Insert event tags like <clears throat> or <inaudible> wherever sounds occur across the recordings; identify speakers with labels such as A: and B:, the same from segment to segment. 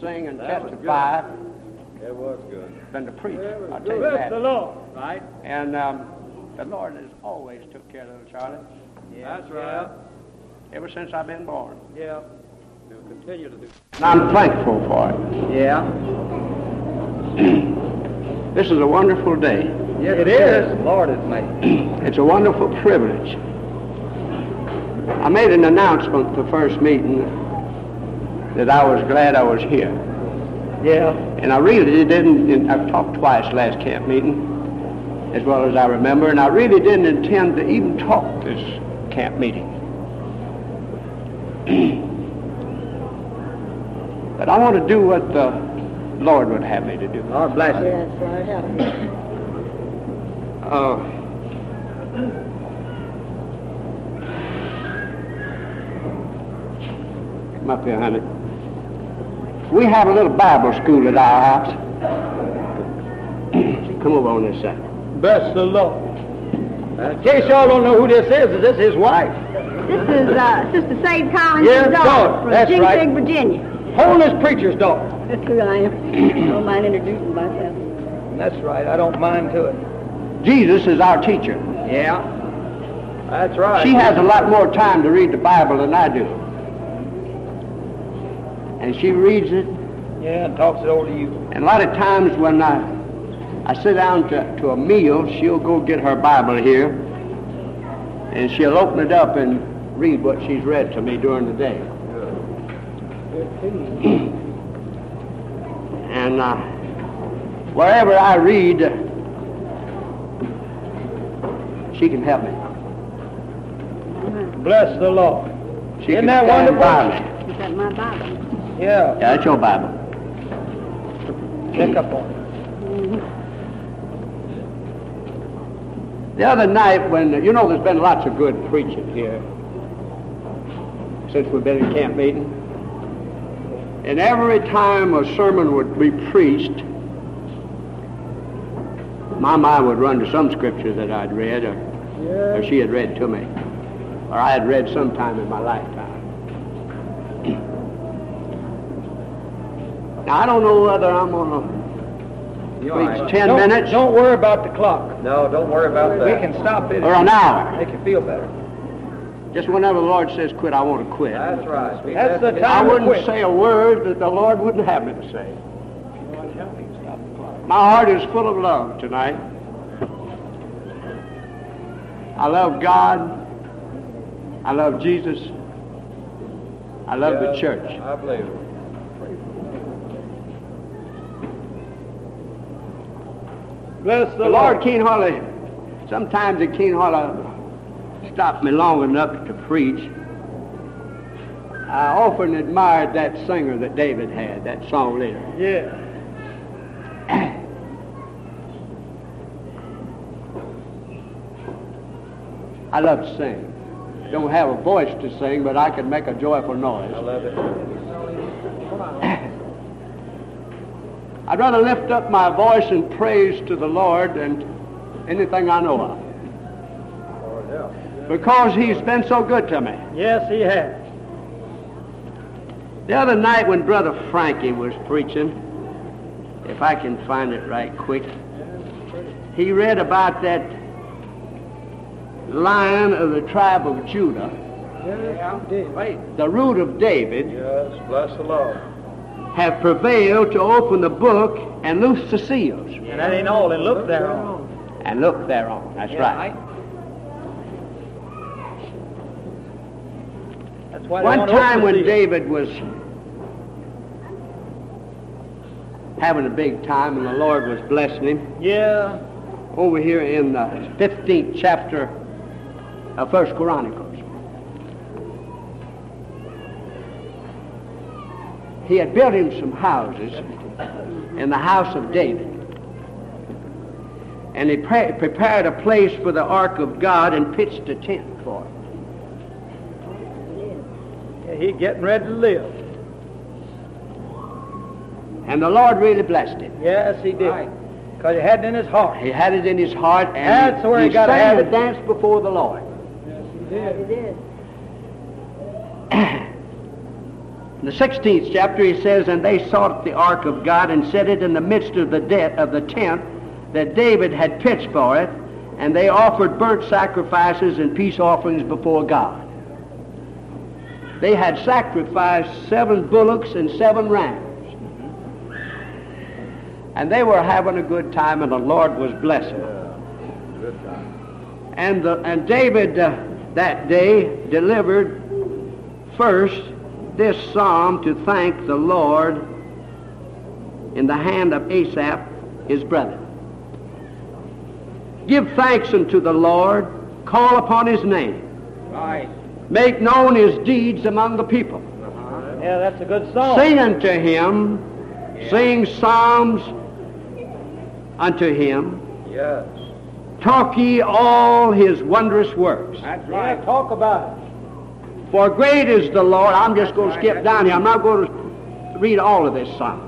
A: sing and testify
B: It was good.
A: than to preach.
B: That was
A: I'll tell you
B: good.
C: Bless the
A: that.
C: Lord.
B: Right?
A: And um, the Lord has always took care of little Charlie
B: That's right.
A: ever since I've been born.
B: Yeah. He'll continue to do.
A: And I'm thankful for it.
B: Yeah.
A: This is a wonderful day.
B: Yes, it is. Lord is made.
A: It's a wonderful privilege. I made an announcement at the first meeting that I was glad I was here.
B: Yeah.
A: And I really didn't, and I've talked twice last camp meeting, as well as I remember, and I really didn't intend to even talk this camp meeting. <clears throat> but I want to do what the Lord would have me to do.
B: Lord bless you.
D: Yes, Lord, help me.
A: Uh, come up here, honey. We have a little Bible school at our house. <clears throat> come over on this side.
C: Bless the Lord.
B: In case y'all don't know who this is, this is his wife.
D: This is uh, Sister Sade Collins'
B: Yes,
D: daughter
B: daughter,
D: from
B: that's
D: Jigsig,
B: right.
D: Virginia.
B: Holiness preacher's daughter.
D: That's who I am. <clears throat> Don't mind introducing myself.
B: That's right. I don't mind to it.
A: Jesus is our teacher.
B: Yeah. That's right.
A: She has a lot more time to read the Bible than I do. And she reads it,
B: Yeah, and talks it over to you.
A: and a lot of times when I, I sit down to, to a meal, she'll go get her Bible here, and she'll open it up and read what she's read to me during the day. And uh, wherever I read, she can help me.
C: Bless the Lord.
A: She can
B: Isn't that
A: stand by
B: wonderful?
A: me.
D: Is that my Bible?
B: Yeah.
A: Yeah, that's your Bible.
B: Pick up on it.
A: The other night when, you know, there's been lots of good preaching here since we've been in camp meeting. And every time a sermon would be preached, my mind would run to some scripture that I'd read or, or she had read to me or I had read sometime in my lifetime. Now, I don't know whether I'm going to preach 10
C: Don't-
A: minutes
C: Don't worry about the clock.
B: No, don't worry about
C: We can stop it.
A: or an hour.
B: Make you feel better.
A: Just whenever the Lord says quit, I want to quit.
B: That's right.
C: That's the
A: I
C: time to
A: wouldn't
C: quit.
A: say a word that the Lord wouldn't have me to say. My heart is full of love tonight. I love God. I love Jesus. I love the church.
B: I believe it.
C: Bless
A: The Lord can't hardly, sometimes He can't hardly stop me long enough to preach. I often admired that singer that David had, that song leader.
C: Yeah.
A: I love to sing. Don't have a voice to sing, but I can make a joyful
B: I
A: noise.
B: love it.
A: I'd rather lift up my voice in praise to the Lord than anything I know of. Because he's been so good to me.
C: Yes, he has.
A: The other night when Brother Frankie was preaching, if I can find it right quick, he read about that lion of the tribe of Judah,
B: Yes, Wait.
A: the root of David,
B: Yes, bless the Lord.
A: have prevailed to open the book and loose the seals.
C: And that ain't all. And look thereon.
A: and look thereon. That's right.
C: That's why they
A: One
C: want to open
A: time when
C: the-
A: David was having a big time and the Lord was blessing him,
C: Yeah.
A: over here in the 15th chapter of First Chronicles, he had built him some houses in the house of David. And he pre- prepared a place for the ark of God and pitched a tent for it.
C: Yeah, He getting ready to live.
A: And the Lord really blessed him.
C: Yes, he did. Because he had it in his heart.
A: He had it in his heart, and
C: That's where
A: he
C: he gotta
A: sang
C: have
A: and
C: it.
A: danced before the Lord.
D: It is.
A: In the 16th chapter, he says, And they sought the ark of God and set it in the midst of the de- of the tent that David had pitched for it, and they offered burnt sacrifices and peace offerings before God. They had sacrificed seven bullocks and seven rams. And they were having a good time, and the Lord was blessing them. And, the, and David uh, that day delivered first this psalm to thank the Lord in the hand of Asaph, his brother. Give thanks unto the Lord, call upon his name,
B: Right.
A: make known his deeds among the people.
C: Yeah, that's a good
B: Oh.
C: song.
A: Sing unto him, sing psalms unto him,
B: Yes.
A: talk ye all his wondrous works.
B: That's
C: Yeah,
B: right.
C: talk about it.
A: For great is the Lord. I'm just going to
B: That's
A: skip
B: right.
A: down here. I'm not going to read all of this psalm.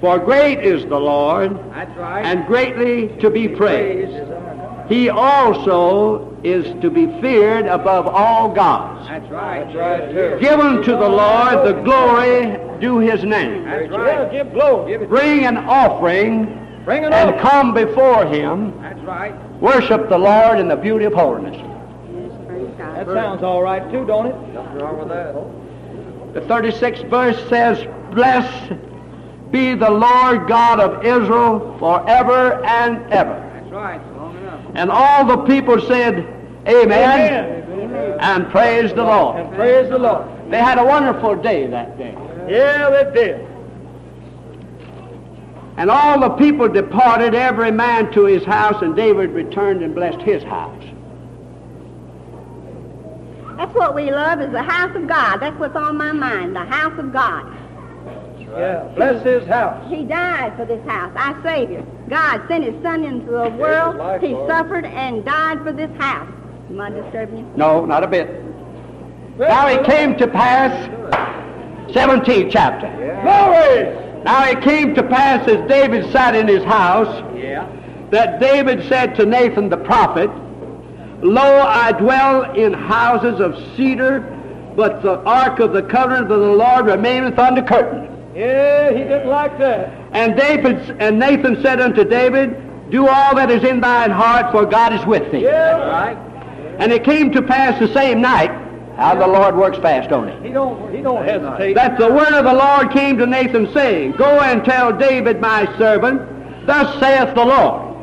A: For great is the Lord,
B: That's right.
A: and greatly to be praised.
B: Praise.
A: He also is to be feared above all gods.
B: That's right. That's right. Too.
A: Give unto the Lord the glory due his name.
B: That's
C: Yeah,
B: right.
C: give glory.
B: Give it.
A: Bring an offering
C: Bring it
A: and
C: up.
A: come before him.
B: That's right.
A: Worship the Lord in the beauty of holiness.
D: Praise God.
C: That sounds all right too, don't it?
B: Nothing wrong with that.
A: The 36th verse says, Blessed be the Lord God of Israel forever and ever.
B: That's right. It's long enough.
A: And all the people said, Amen, and praise the Lord.
C: And praise the Lord.
A: They had a wonderful day that day.
C: Yeah, they did.
A: And all the people departed, every man to his house, and David returned and blessed his house.
D: That's what we love is the house of God. That's what's on my mind, the house of God.
C: Yeah, bless his house.
D: He died for this house, our Savior. God sent His Son into the world.
B: life
D: he
B: for us.
D: suffered and died for this house. Am I disturbing you?
A: No, not a bit. Now it came to pass, 17th chapter.
C: Glory!
A: Now it came to pass as David sat in his house,
B: Yeah.
A: that David said to Nathan the prophet, Lo, I dwell in houses of cedar, but the ark of the covenant of the Lord remaineth under curtain.
C: Yeah, he didn't like that.
A: And David and Nathan said unto David, Do all that is in thine heart, for God is with thee.
B: That's
C: Yeah,
B: right.
A: And it came to pass the same night, how the Lord works fast on it.
C: he don't he don't hesitate.
A: That the word of the Lord came to Nathan, saying, Go and tell David my servant, Thus saith the Lord,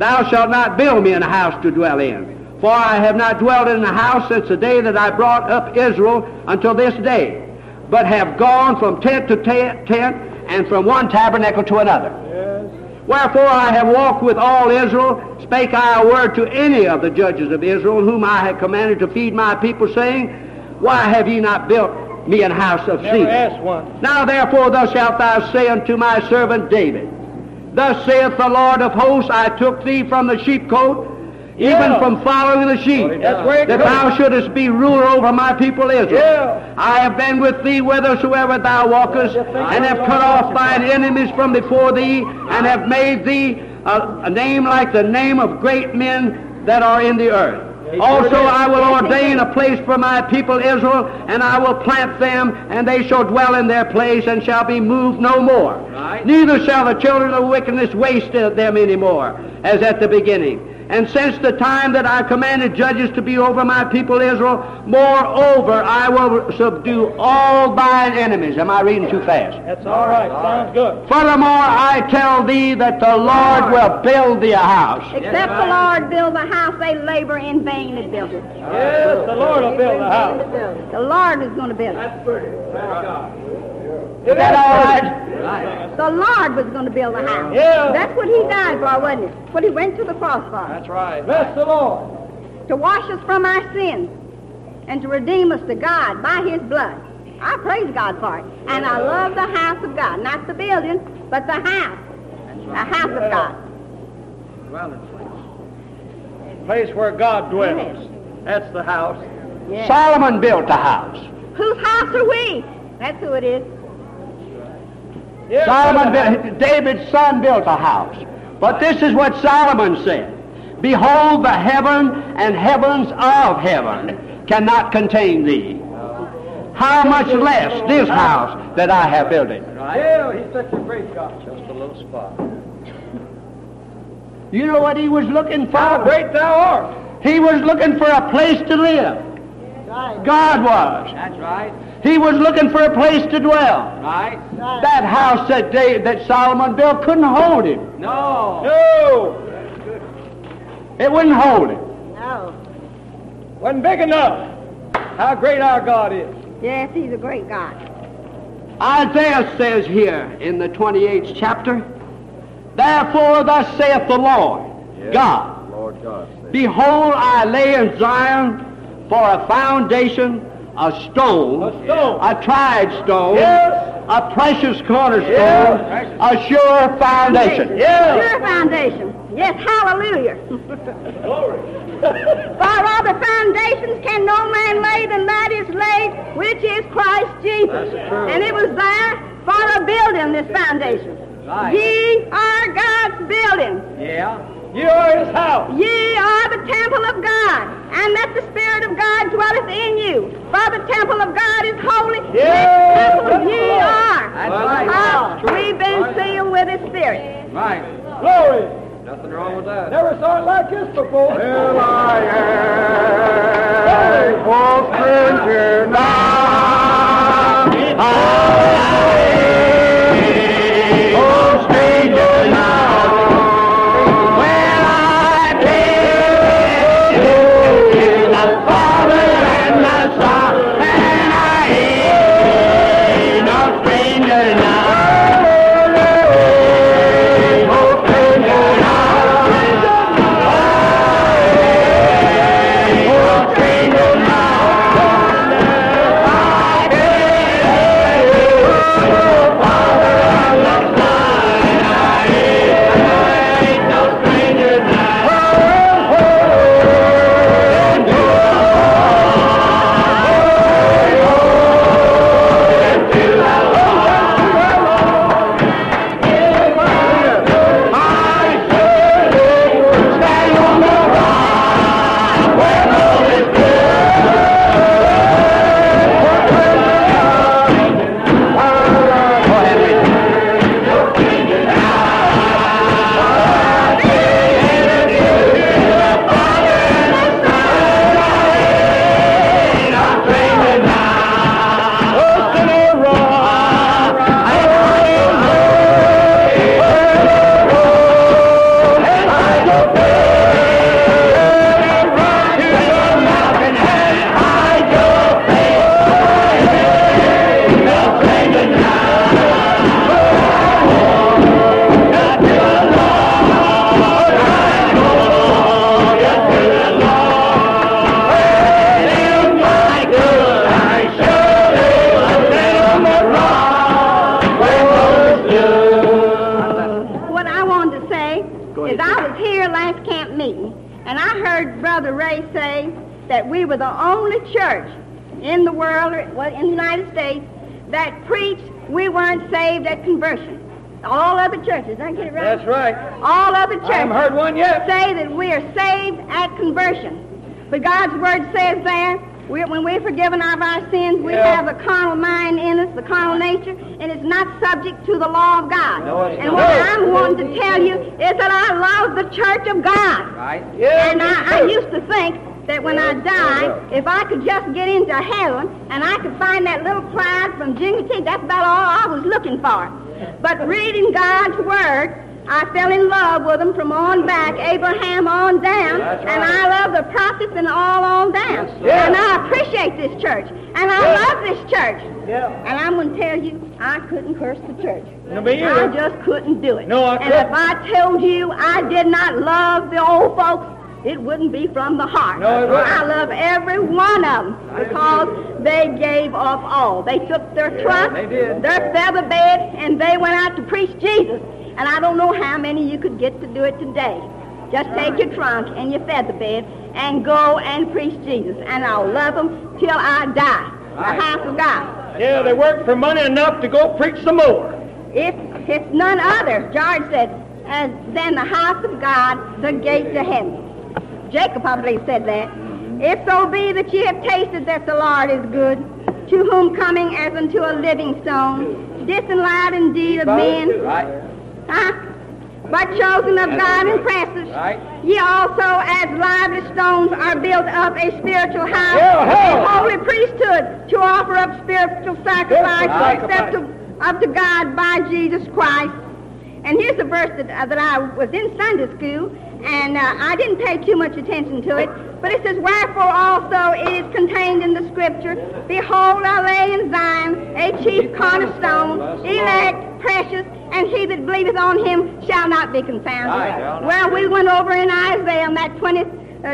A: Thou shalt not build me an house to dwell in, for I have not dwelt in a house since the day that I brought up Israel until this day, but have gone from tent to tent, tent and from one tabernacle to another. Wherefore I have walked with all Israel, spake I a word to any of the judges of Israel, whom I had commanded to feed my people, saying, Why have ye not built me an house of
C: Never
A: cedar?
C: asked one.
A: Now therefore thus shalt thou say unto my servant David, Thus saith the Lord of hosts, I took thee from the sheepcote, even
C: Yeah.
A: from following the sheep,
C: That's where it
A: that
C: comes.
A: thou shouldest be ruler over my people Israel.
C: Yeah.
A: I have been with thee whithersoever thou walkest, and have cut off thine enemies from before thee, and have made thee a, a name like the name of great men that are in the earth. Also, I will ordain a place for my people Israel, and I will plant them, and they shall dwell in their place, and shall be moved no more.
B: Right.
A: Neither shall the children of wickedness waste them any more, as at the beginning. And since the time that I commanded judges to be over my people Israel, moreover, I will subdue all thine enemies. Am I reading too fast?
C: That's all right. Sounds good.
A: Furthermore, I tell thee that the Lord will build thee a house.
D: Except the Lord build the house, they labor in vain that build it.
C: Yes, the Lord will build the house.
D: The Lord is going to build it.
A: Is that all right?
D: The Lord was going to build the house.
C: Yeah.
D: That's what He died for, wasn't it? What He went to the cross for.
B: That's right.
C: Bless the Lord.
D: To wash us from our sins and to redeem us to God by His blood. I praise God for it. And I love the house of God. Not the building, but the house. The house of God.
B: Dwelling place.
C: Place where God dwells. That's the house.
D: Yes.
A: Solomon built the house.
D: Whose house are we? That's who it is.
C: Yeah,
A: Solomon,
C: brother.
A: built- David's son built a house. But this is what Solomon said. Behold, the heaven and heavens of heaven cannot contain thee. How much less this house that I have built it?
C: Yeah, he's such a great God. Just a little spot.
A: You know what he was looking
C: How
A: for?
C: great thou art!
A: He was looking for a place to live. God was.
C: That's right,
A: He was looking for a place to dwell.
C: right.
A: That house that David, that Solomon built couldn't hold him.
C: No.
B: No,
A: It wouldn't hold him.
D: No.
B: wasn't big enough. How great our God is.
D: Yes, he's a great God.
A: Isaiah says here in the 28th chapter, Therefore thus saith the Lord, God,
B: Lord God.
A: Behold, I lay in Zion for a foundation, a stone,
B: A stone.
A: a tried stone,
B: Yes.
A: a precious cornerstone,
B: Yes.
A: a sure foundation.
B: Yeah.
D: Sure foundation. Yes, hallelujah.
B: Glory.
D: For other foundations can no man lay than that is laid, which is Christ Jesus. And it was there for a building, this foundation.
C: Right.
D: Ye are God's building.
C: Yeah.
B: You are his house.
D: Ye are the temple of God, and that the Spirit of God dwelleth in you. For the temple of God is holy, which
B: Yes, that's
D: temple ye
B: right.
D: are.
C: That's right.
D: Oh,
C: That's
D: we've been
C: right.
D: sealed with His Spirit.
C: Right.
B: Glory.
C: Nothing wrong with that.
B: Never saw it like this before.
A: Well, I am a stranger now. I am a stranger now. Well, I did in the Father and the Son, and I am a stranger now. A stranger now.
D: What I wanted to say is I was here last camp meeting, and I heard Brother Ray say that we were the only church in the world, or well, in the United States, that preached we weren't saved at conversion. All other churches, did I get it right?
B: That's right.
D: All other
B: I haven't
D: churches
B: heard one yet.
D: say that we are saved at conversion. But God's Word says there, we, when we're forgiven of our sins, we
B: Yeah.
D: have the carnal mind in us, the carnal nature, and it's not subject to the law of God.
C: No, it's
D: and
C: not.
D: what
B: No.
D: I'm wanting to tell you is that I love the Church of God.
C: Right.
B: Yeah.
D: And I, I used to think that when I die, if I could just get into heaven and I could find that little prize from Jingle that's about all I was looking for. But reading God's Word, I fell in love with him from on back, Abraham on down,
C: That's right.
D: and I love the prophets and all on down.
C: Yes,
B: sir.
D: And I appreciate this church, and I love this church.
B: Yeah.
D: And I'm going to tell you, I couldn't curse the church.
B: No, me
D: I
B: either.
D: just couldn't do it.
B: No, I
D: And if I told you I did not love the old folks, it wouldn't be from the heart.
B: No, it wouldn't.
D: I love every one of them because they gave up all. They took their truck,
C: they did.
D: their feather bed, and they went out to preach Jesus. And I don't know how many you could get to do it today. Just take your trunk and your feather bed and go and preach Jesus. And I'll love them till I die. The house of God.
B: Yeah, they worked for money enough to go preach some more.
D: It's, it's none other, George said, uh, than the house of God, the gate to
B: Mm-hmm.
D: heaven. Jacob, I believe, said that. If so be that ye have tasted that the Lord is good, to whom coming as unto a living stone, disallowed indeed of men,
B: Right,
D: huh? but chosen of God and precious.
B: right.
D: Ye also, as lively stones, are built up a spiritual house,
B: Yeah, hell.
D: a holy priesthood, to offer up spiritual sacrifice,
B: Spiritual
D: acceptable up to God by Jesus Christ. And here's a verse that, uh, that I was in Sunday school, and uh, I didn't pay too much attention to it, but it says, Wherefore also it is contained in the Scripture, Behold, I lay in Zion a chief cornerstone, elect, precious, and he that believeth on him shall not be confounded.
B: Right.
D: Well, we went over in Isaiah on that 20, uh,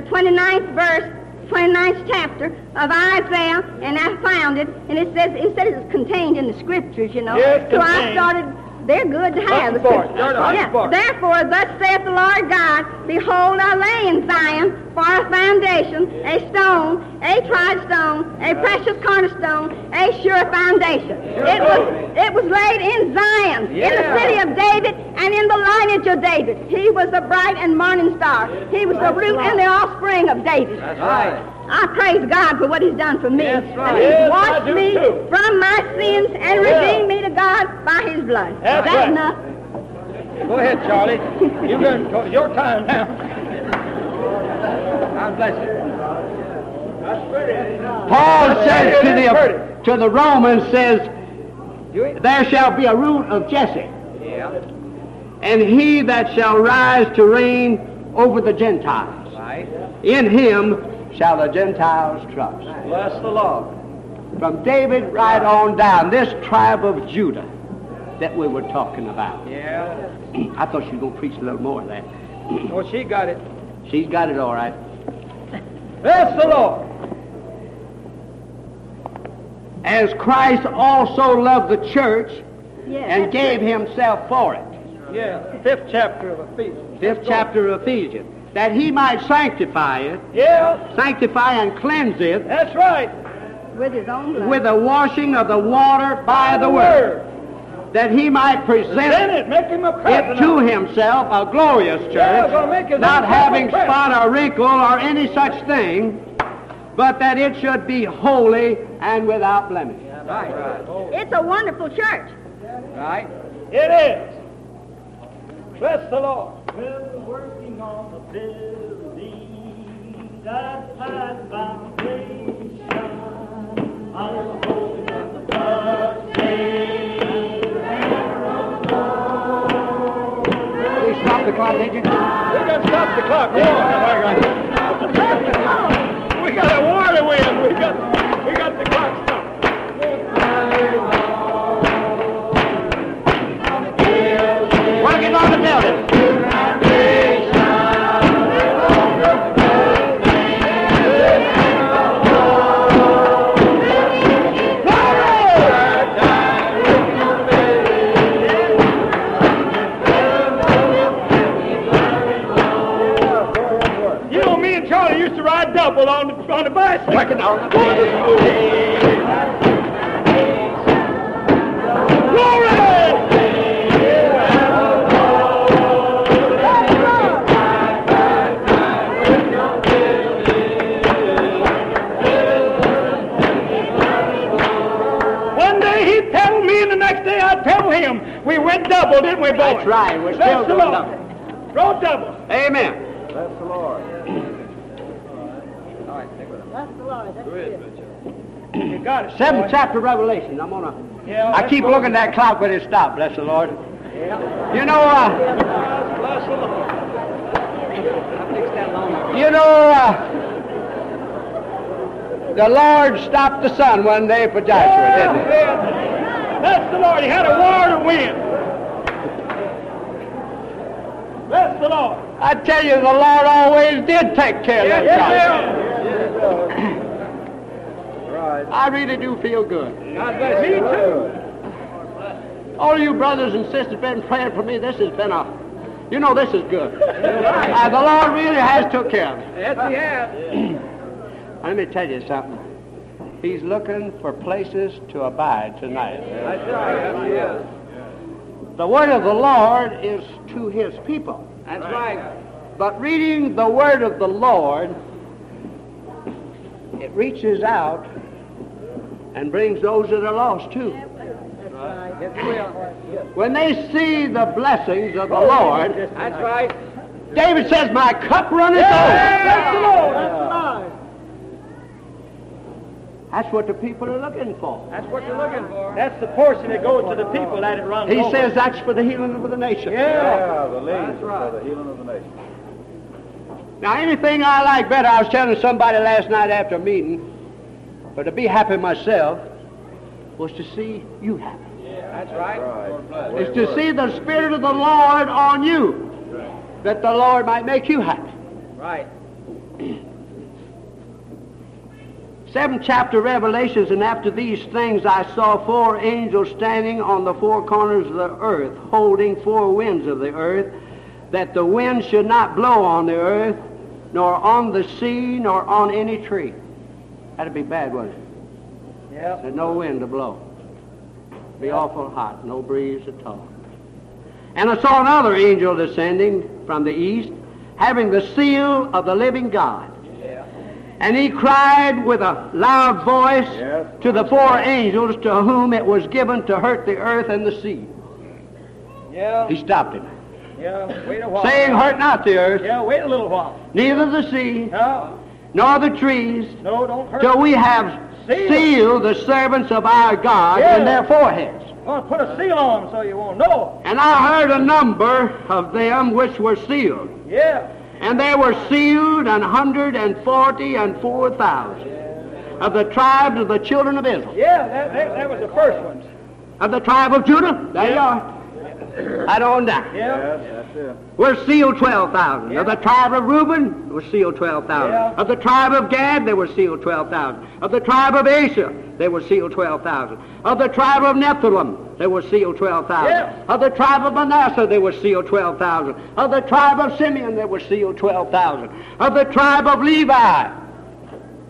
D: 29th verse, 29th chapter of Isaiah, and I found it, and it says, it says it's contained in the scriptures, you know.
C: Yes,
D: so I
C: contained.
D: started, they're good to have. the
B: Looking for it.
D: scriptures.
B: You're looking
D: Yeah.
B: for it.
D: Therefore, thus saith the Lord God, Behold, I lay in Zion for a foundation, a stone, a tried stone, a precious cornerstone, a sure foundation. It was, it was laid in Zion, in the city of David, and in the lineage of David. He was the bright and morning star. He was the root and the offspring of David.
B: That's right.
D: I praise God for what He's done for me.
C: That's right.
D: And he's
C: Yes, I
D: washed
C: do
D: me
C: too.
D: from my sins and redeemed me to God by His blood.
C: That's right.
D: enough.
B: Go ahead, Charlie. You've got your time now. God bless you.
A: Paul says to the, to the Romans says, there shall be a root of Jesse,
B: Yeah,
A: and he that shall rise to reign over the Gentiles.
B: right.
A: In him shall the Gentiles trust.
B: Bless the Lord.
A: From David right on down, this tribe of Judah that we were talking about.
B: Yeah.
A: I thought she was going to preach a little more of that.
B: Well, she got it.
A: She's got it all right.
B: Bless the Lord.
A: As Christ also loved the church
D: Yes.
A: and gave himself for it.
B: Yeah.
C: Fifth chapter of Ephesians.
A: Fifth chapter of Ephesians. That he might sanctify it,
C: Yeah,
A: sanctify and cleanse it
C: that's right.
D: with his own blood.
A: with the washing of the water by the word, that he might
C: Send
A: present
C: it. Make him a
A: it
C: president.
A: to himself a glorious
B: Yeah,
A: church,
B: gonna make his
A: not
B: own
A: having
B: proper
A: spot or wrinkle or any such thing, but that it should be holy and without blemish.
B: Right, right,
D: It's a wonderful church.
B: right.
C: It is. Bless the Lord.
E: Well, working on the building that had foundation, I was holding up the blood.
A: You stop the clock, did you?
C: We got to stop the clock. War. We got a war to win. We got, we got the clock stopped.
A: Working on the building.
C: You know, me and Charlie used to ride double on the on the bicycle.
A: Working on the
C: Glory! One day he'd pedal me, and the next day I'd pedal him. We went double, didn't we, boy?
A: That's right. We're still
C: Bless the
A: going
C: Lord.
A: double.
C: Road double.
A: Amen.
B: Bless the Lord. All right, stick with him.
D: That's the Lord. That's
C: You got it.
A: Seventh
C: boy.
A: chapter Revelation. I'm gonna.
C: Yeah,
A: I
C: that's
A: keep
C: right.
A: looking at that clock, but it stopped. Bless the Lord. You know, uh,
C: Bless the Lord.
A: you know, uh, the Lord stopped the sun one day for Joshua, didn't he?
C: Yeah. Bless the Lord. He had a war to win. Bless the Lord.
A: I tell you, the Lord always did take care of that job.
C: sir.
B: Right.
A: I really do feel good.
B: God bless you. too.
A: All you brothers and sisters been praying for me. This has been a, you know, this is good. Uh, the Lord really has took care of me.
B: Yes, he has.
A: Let me tell you something. He's looking for places to abide tonight.
B: That's right. Yes, he is.
A: The word of the Lord is to his people.
B: That's right.
A: But reading the word of the Lord, it reaches out and brings those that are lost too. When they see the blessings of the
B: Oh,
A: Lord,
B: That's right.
A: David says, My cup runneth
B: Bless the
A: over.
B: Lord.
A: That's what the people are looking for.
B: That's what you're looking for. That's the portion that goes to the people that it runs
A: He
B: over.
A: says that's for the healing of the nation.
B: Yeah.
F: the ladies for the healing of the nation.
A: Now, anything I like better, I was telling somebody last night after a meeting, but to be happy myself was to see you happy.
B: That's right.
F: Right.
A: It's to see the Spirit of the Lord on you, that the Lord might make you happy.
B: Right.
A: Seventh chapter Revelations, and after these things I saw four angels standing on the four corners of the earth, holding four winds of the earth, that the wind should not blow on the earth, nor on the sea, nor on any tree. That'd be bad, wouldn't it?
B: Yeah.
A: There's no wind to blow. Be awful hot, no breeze at all. And I saw another angel descending from the east, having the seal of the living God. And he cried with a loud voice
F: Yes.
A: to the four angels to whom it was given to hurt the earth and the sea.
B: Yeah.
A: He stopped him,
B: Yeah. Wait a while.
A: saying, Hurt not the earth,
B: Yeah. Wait a little while.
A: neither the sea,
B: No.
A: nor the trees,
B: No. Don't hurt.
A: till we have
B: Seal.
A: sealed the servants of our God in
B: Yeah.
A: their foreheads.
B: Well, put a seal on 'em so you won't know.
A: And I heard a number of them which were sealed.
B: Yeah.
A: And there were sealed an hundred and forty and four thousand of the tribes of the children of Israel.
B: Yeah. That, that, that was the first one.
A: Of the tribe of Judah, there you are. Right on down.
B: Yeah.
F: Yes, that's it.
A: We're sealed 12,000. Of the tribe of Reuben, were sealed 12,000.
B: Yeah.
A: Of the tribe of Gad, they were sealed 12,000. Of the tribe of Asher, they were sealed 12,000. Of the tribe of Nephilim, they were sealed 12,000.
B: Yeah.
A: Of the tribe of Manasseh, they were sealed 12,000. Of the tribe of Simeon, they were sealed 12,000. Of the tribe of Levi,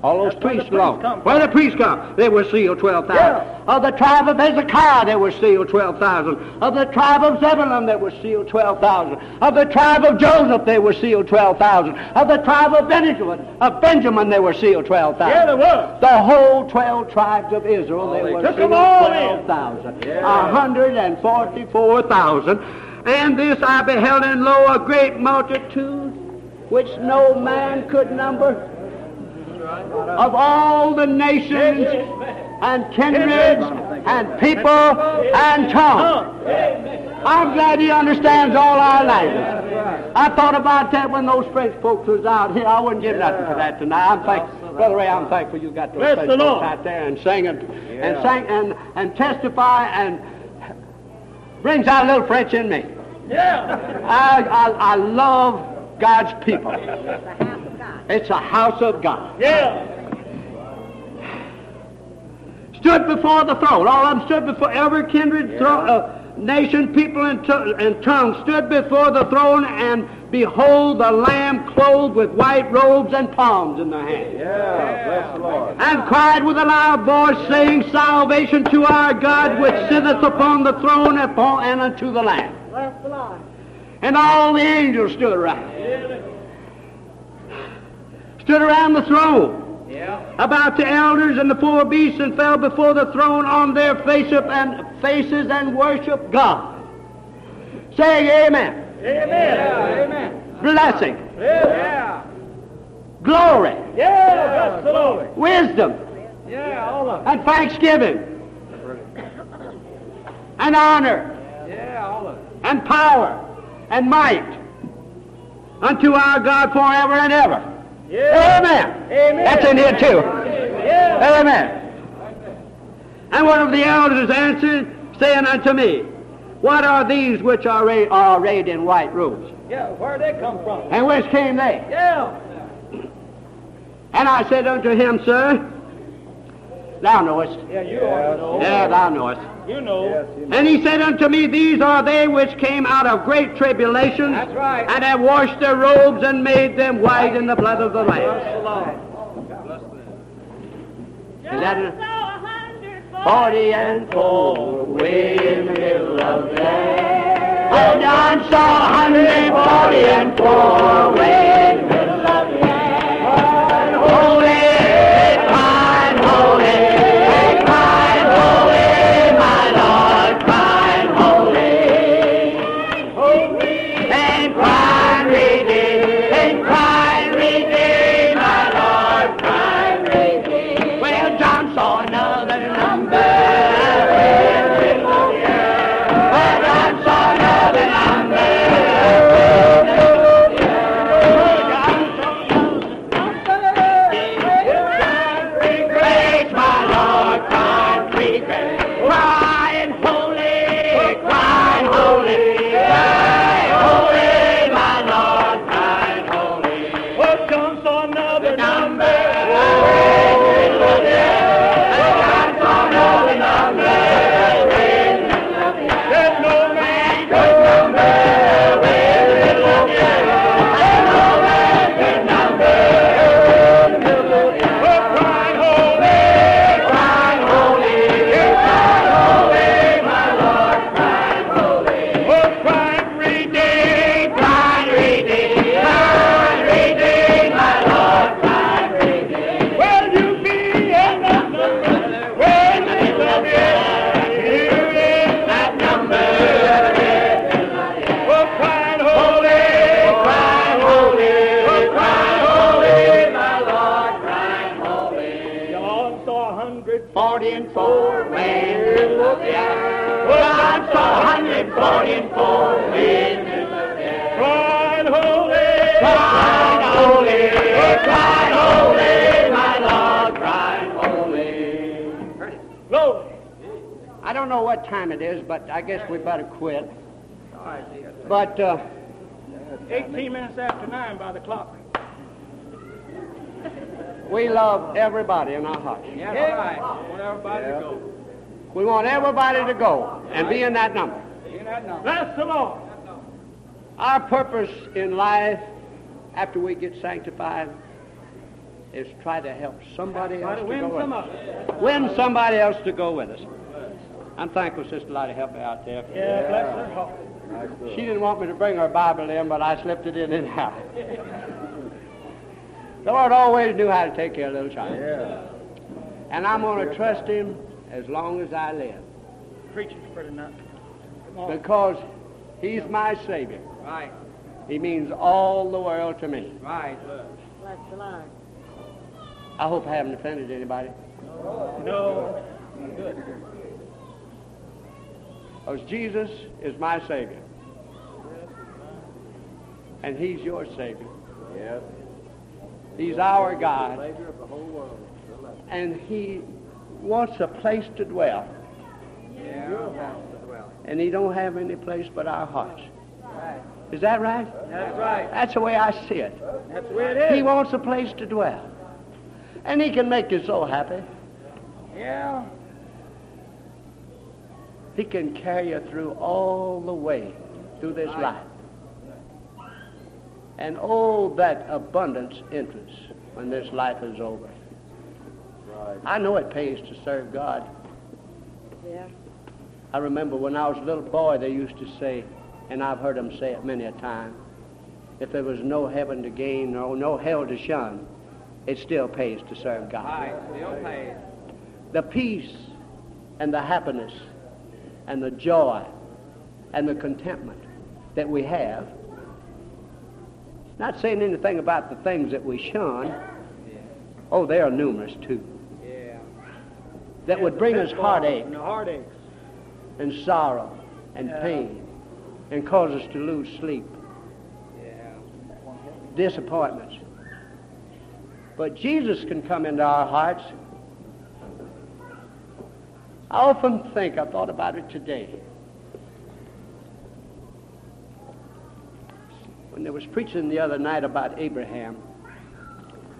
A: all those
B: That's where the
A: priests
B: priests
A: belong.
B: come
A: Where the priests come, they were sealed 12,000.
B: Yeah.
A: Of the tribe of Hezekiah, they were sealed 12,000. Of the tribe of Zebulun, they were sealed 12,000. Of the tribe of Joseph, they were sealed 12,000. Of the tribe of Benjamin, of Benjamin, they were sealed 12,000.
B: Yeah. There was.
A: The whole 12 tribes of Israel, they were
B: Oh, took 'em
A: sealed
B: all in.
A: 12,000. a 144,000. And this I beheld, and lo, a great multitude which no man could number of all the nations and kindreds and people and tongues. I'm glad he understands all our languages. I thought about that when those French folks was out here. I wouldn't give nothing for that tonight. I'm thankful, Brother Ray. I'm thankful you got those
B: Bless
A: French
B: the
A: folks
B: Lord.
A: out there and sing and, and sing and, and testify and brings out a little French in me.
B: Yeah.
A: I, I, I love God's people.
D: The house of God.
A: It's a house of God.
B: Yeah.
A: Stood before the throne. All of them stood before every kindred, thro- uh, nation, people, and, to- and tongue stood before the throne, and behold, the Lamb clothed with white robes and palms in the hand.
F: Yeah, bless the Lord.
A: And cried with a loud voice, saying, Salvation to our God which sitteth upon the throne upon, and unto the Lamb.
D: Bless the Lord.
A: And all the angels stood around. Stood around the throne. About the elders and the four beasts and fell before the throne on their face up and faces and worshiped God. Saying Amen.
B: Amen. Amen.
A: Blessing.
B: Yeah.
A: Glory.
B: Yeah. Bless the Lord.
A: Wisdom.
B: Yeah. All of it.
A: And thanksgiving. And honor.
B: Yeah. All of it.
A: And power. And might. Unto our God forever and ever.
B: Yeah.
A: Amen.
B: Amen.
A: That's in here too.
B: Yeah.
A: Amen. And one of the elders answered, saying unto me, What are these which are, ra- are arrayed in white robes?
B: Yeah. Where they come from?
A: And whence came they?
B: Yeah.
A: And I said unto him, Sir, thou knowest.
B: Yeah. You ought to know.
A: Yeah, thou knowest.
B: You know.
F: Yes, you know.
A: And he said unto me, These are they which came out of great tribulation,
B: That's right.
A: and have washed their robes and made them white in the blood of the Lamb.
B: Bless the Lord.
A: Is that it? Forty and four women of them. Oh, John saw a hundred forty and four women of them. Holy, fine, holy, fine. what time it is, but I guess we better quit.
B: All right, dear.
A: But uh,
B: 18 minutes after 9 by the clock.
A: we love everybody in our hearts.
B: Yeah, all right. want everybody to go.
A: We want everybody to go and be in that number.
B: You that number.
C: Bless the Lord.
A: Our purpose in life after we get sanctified is try to help somebody else
B: Try
A: to
B: to win
A: go
B: some
A: with
B: of it.
A: us. Win somebody else to go with us. I'm thankful Sister Lottie helped me out there.
B: Yeah, bless her heart.
F: Nice
A: She didn't want me to bring her Bible in, but I slipped it in anyhow. the Lord always knew how to take care of little child.
F: Yeah.
A: And I'm going to trust him as long as I live
B: Preaching's pretty nice. Come on.
A: because he's my Savior.
B: Right,
A: He means all the world to me.
B: right.
D: Bless the Lord.
A: I hope I haven't offended anybody.
B: No.
A: Because Jesus is my Savior. And He's your Savior.
F: Yes.
A: He's our God.
F: Savior of the whole world.
A: And He wants a place to dwell.
B: Yeah. Well,
A: And He don't have any place but our hearts. Is that right?
B: That's right.
A: That's the way I see it.
B: That's where it
A: He
B: is.
A: wants a place to dwell. And He can make you so happy.
B: Yeah.
A: He can carry you through all the way through this life. And oh, that abundance entrance when this life is over.
F: Right.
A: I know it pays to serve God.
D: Yeah.
A: I remember when I was a little boy, they used to say, and I've heard them say it many a time, if there was no heaven to gain or no hell to shun, it still pays to serve God.
B: Right, still paid.
A: the peace and the happiness and the joy and the contentment that we have. Not saying anything about the things that we shun. Oh, they are numerous too.
B: Yeah.
A: That would bring us heartache
B: And the heartaches.
A: and sorrow and
B: Yeah.
A: pain and cause us to lose sleep,
B: Yeah.
A: disappointments. But Jesus can come into our hearts. I often think, I thought about it today, when there was preaching the other night about Abraham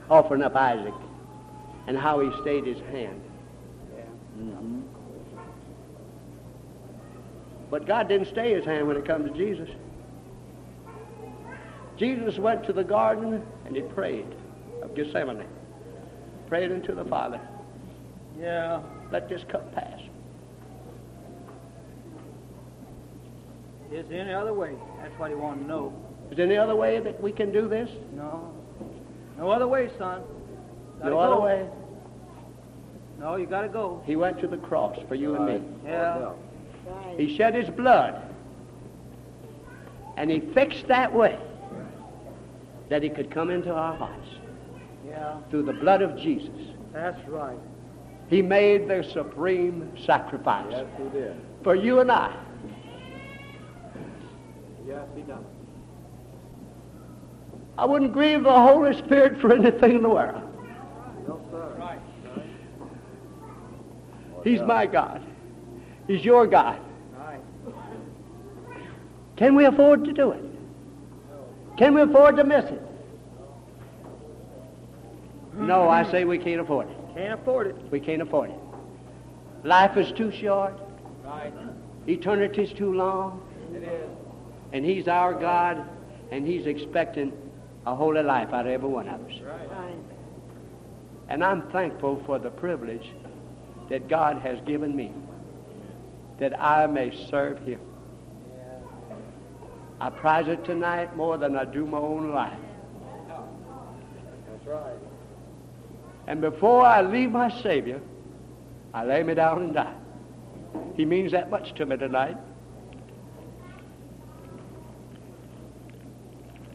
A: offering up Isaac and how he stayed his hand. But God didn't stay his hand when it comes to Jesus. Jesus went to the garden and he prayed of Gethsemane. Prayed unto the Father,
B: Yeah.
A: let this cup pass.
B: Is there any other way? That's what he wanted to know.
A: Is there any other way that we can do this?
B: No. No other way, son. Gotta
A: No other
B: go.
A: way.
B: No, you gotta go.
A: He went to the cross for you and me.
B: Yeah.
D: Right.
A: He shed his blood. And he fixed that way that he could come into our hearts
B: Yeah.
A: through the blood of Jesus.
B: That's right.
A: He made the supreme sacrifice
F: Yes, he did.
A: for you and I.
F: Yes, he done.
A: I wouldn't grieve the Holy Spirit for anything in the world.
F: No, sir.
B: Right.
A: He's my God. He's your God.
B: Right.
A: Can we afford to do it? Can we afford to miss it? No, I say we can't afford it.
B: Can't afford it.
A: We can't afford it. Life is too short.
B: Right.
A: Eternity's too long.
B: It is.
A: And He's our God, and He's expecting a holy life out of every one of us.
B: Right.
D: Right.
A: And I'm thankful for the privilege that God has given me that I may serve Him. I prize it tonight more than I do my own life.
F: That's right.
A: And before I leave my Savior, I lay me down and die. He means that much to me tonight.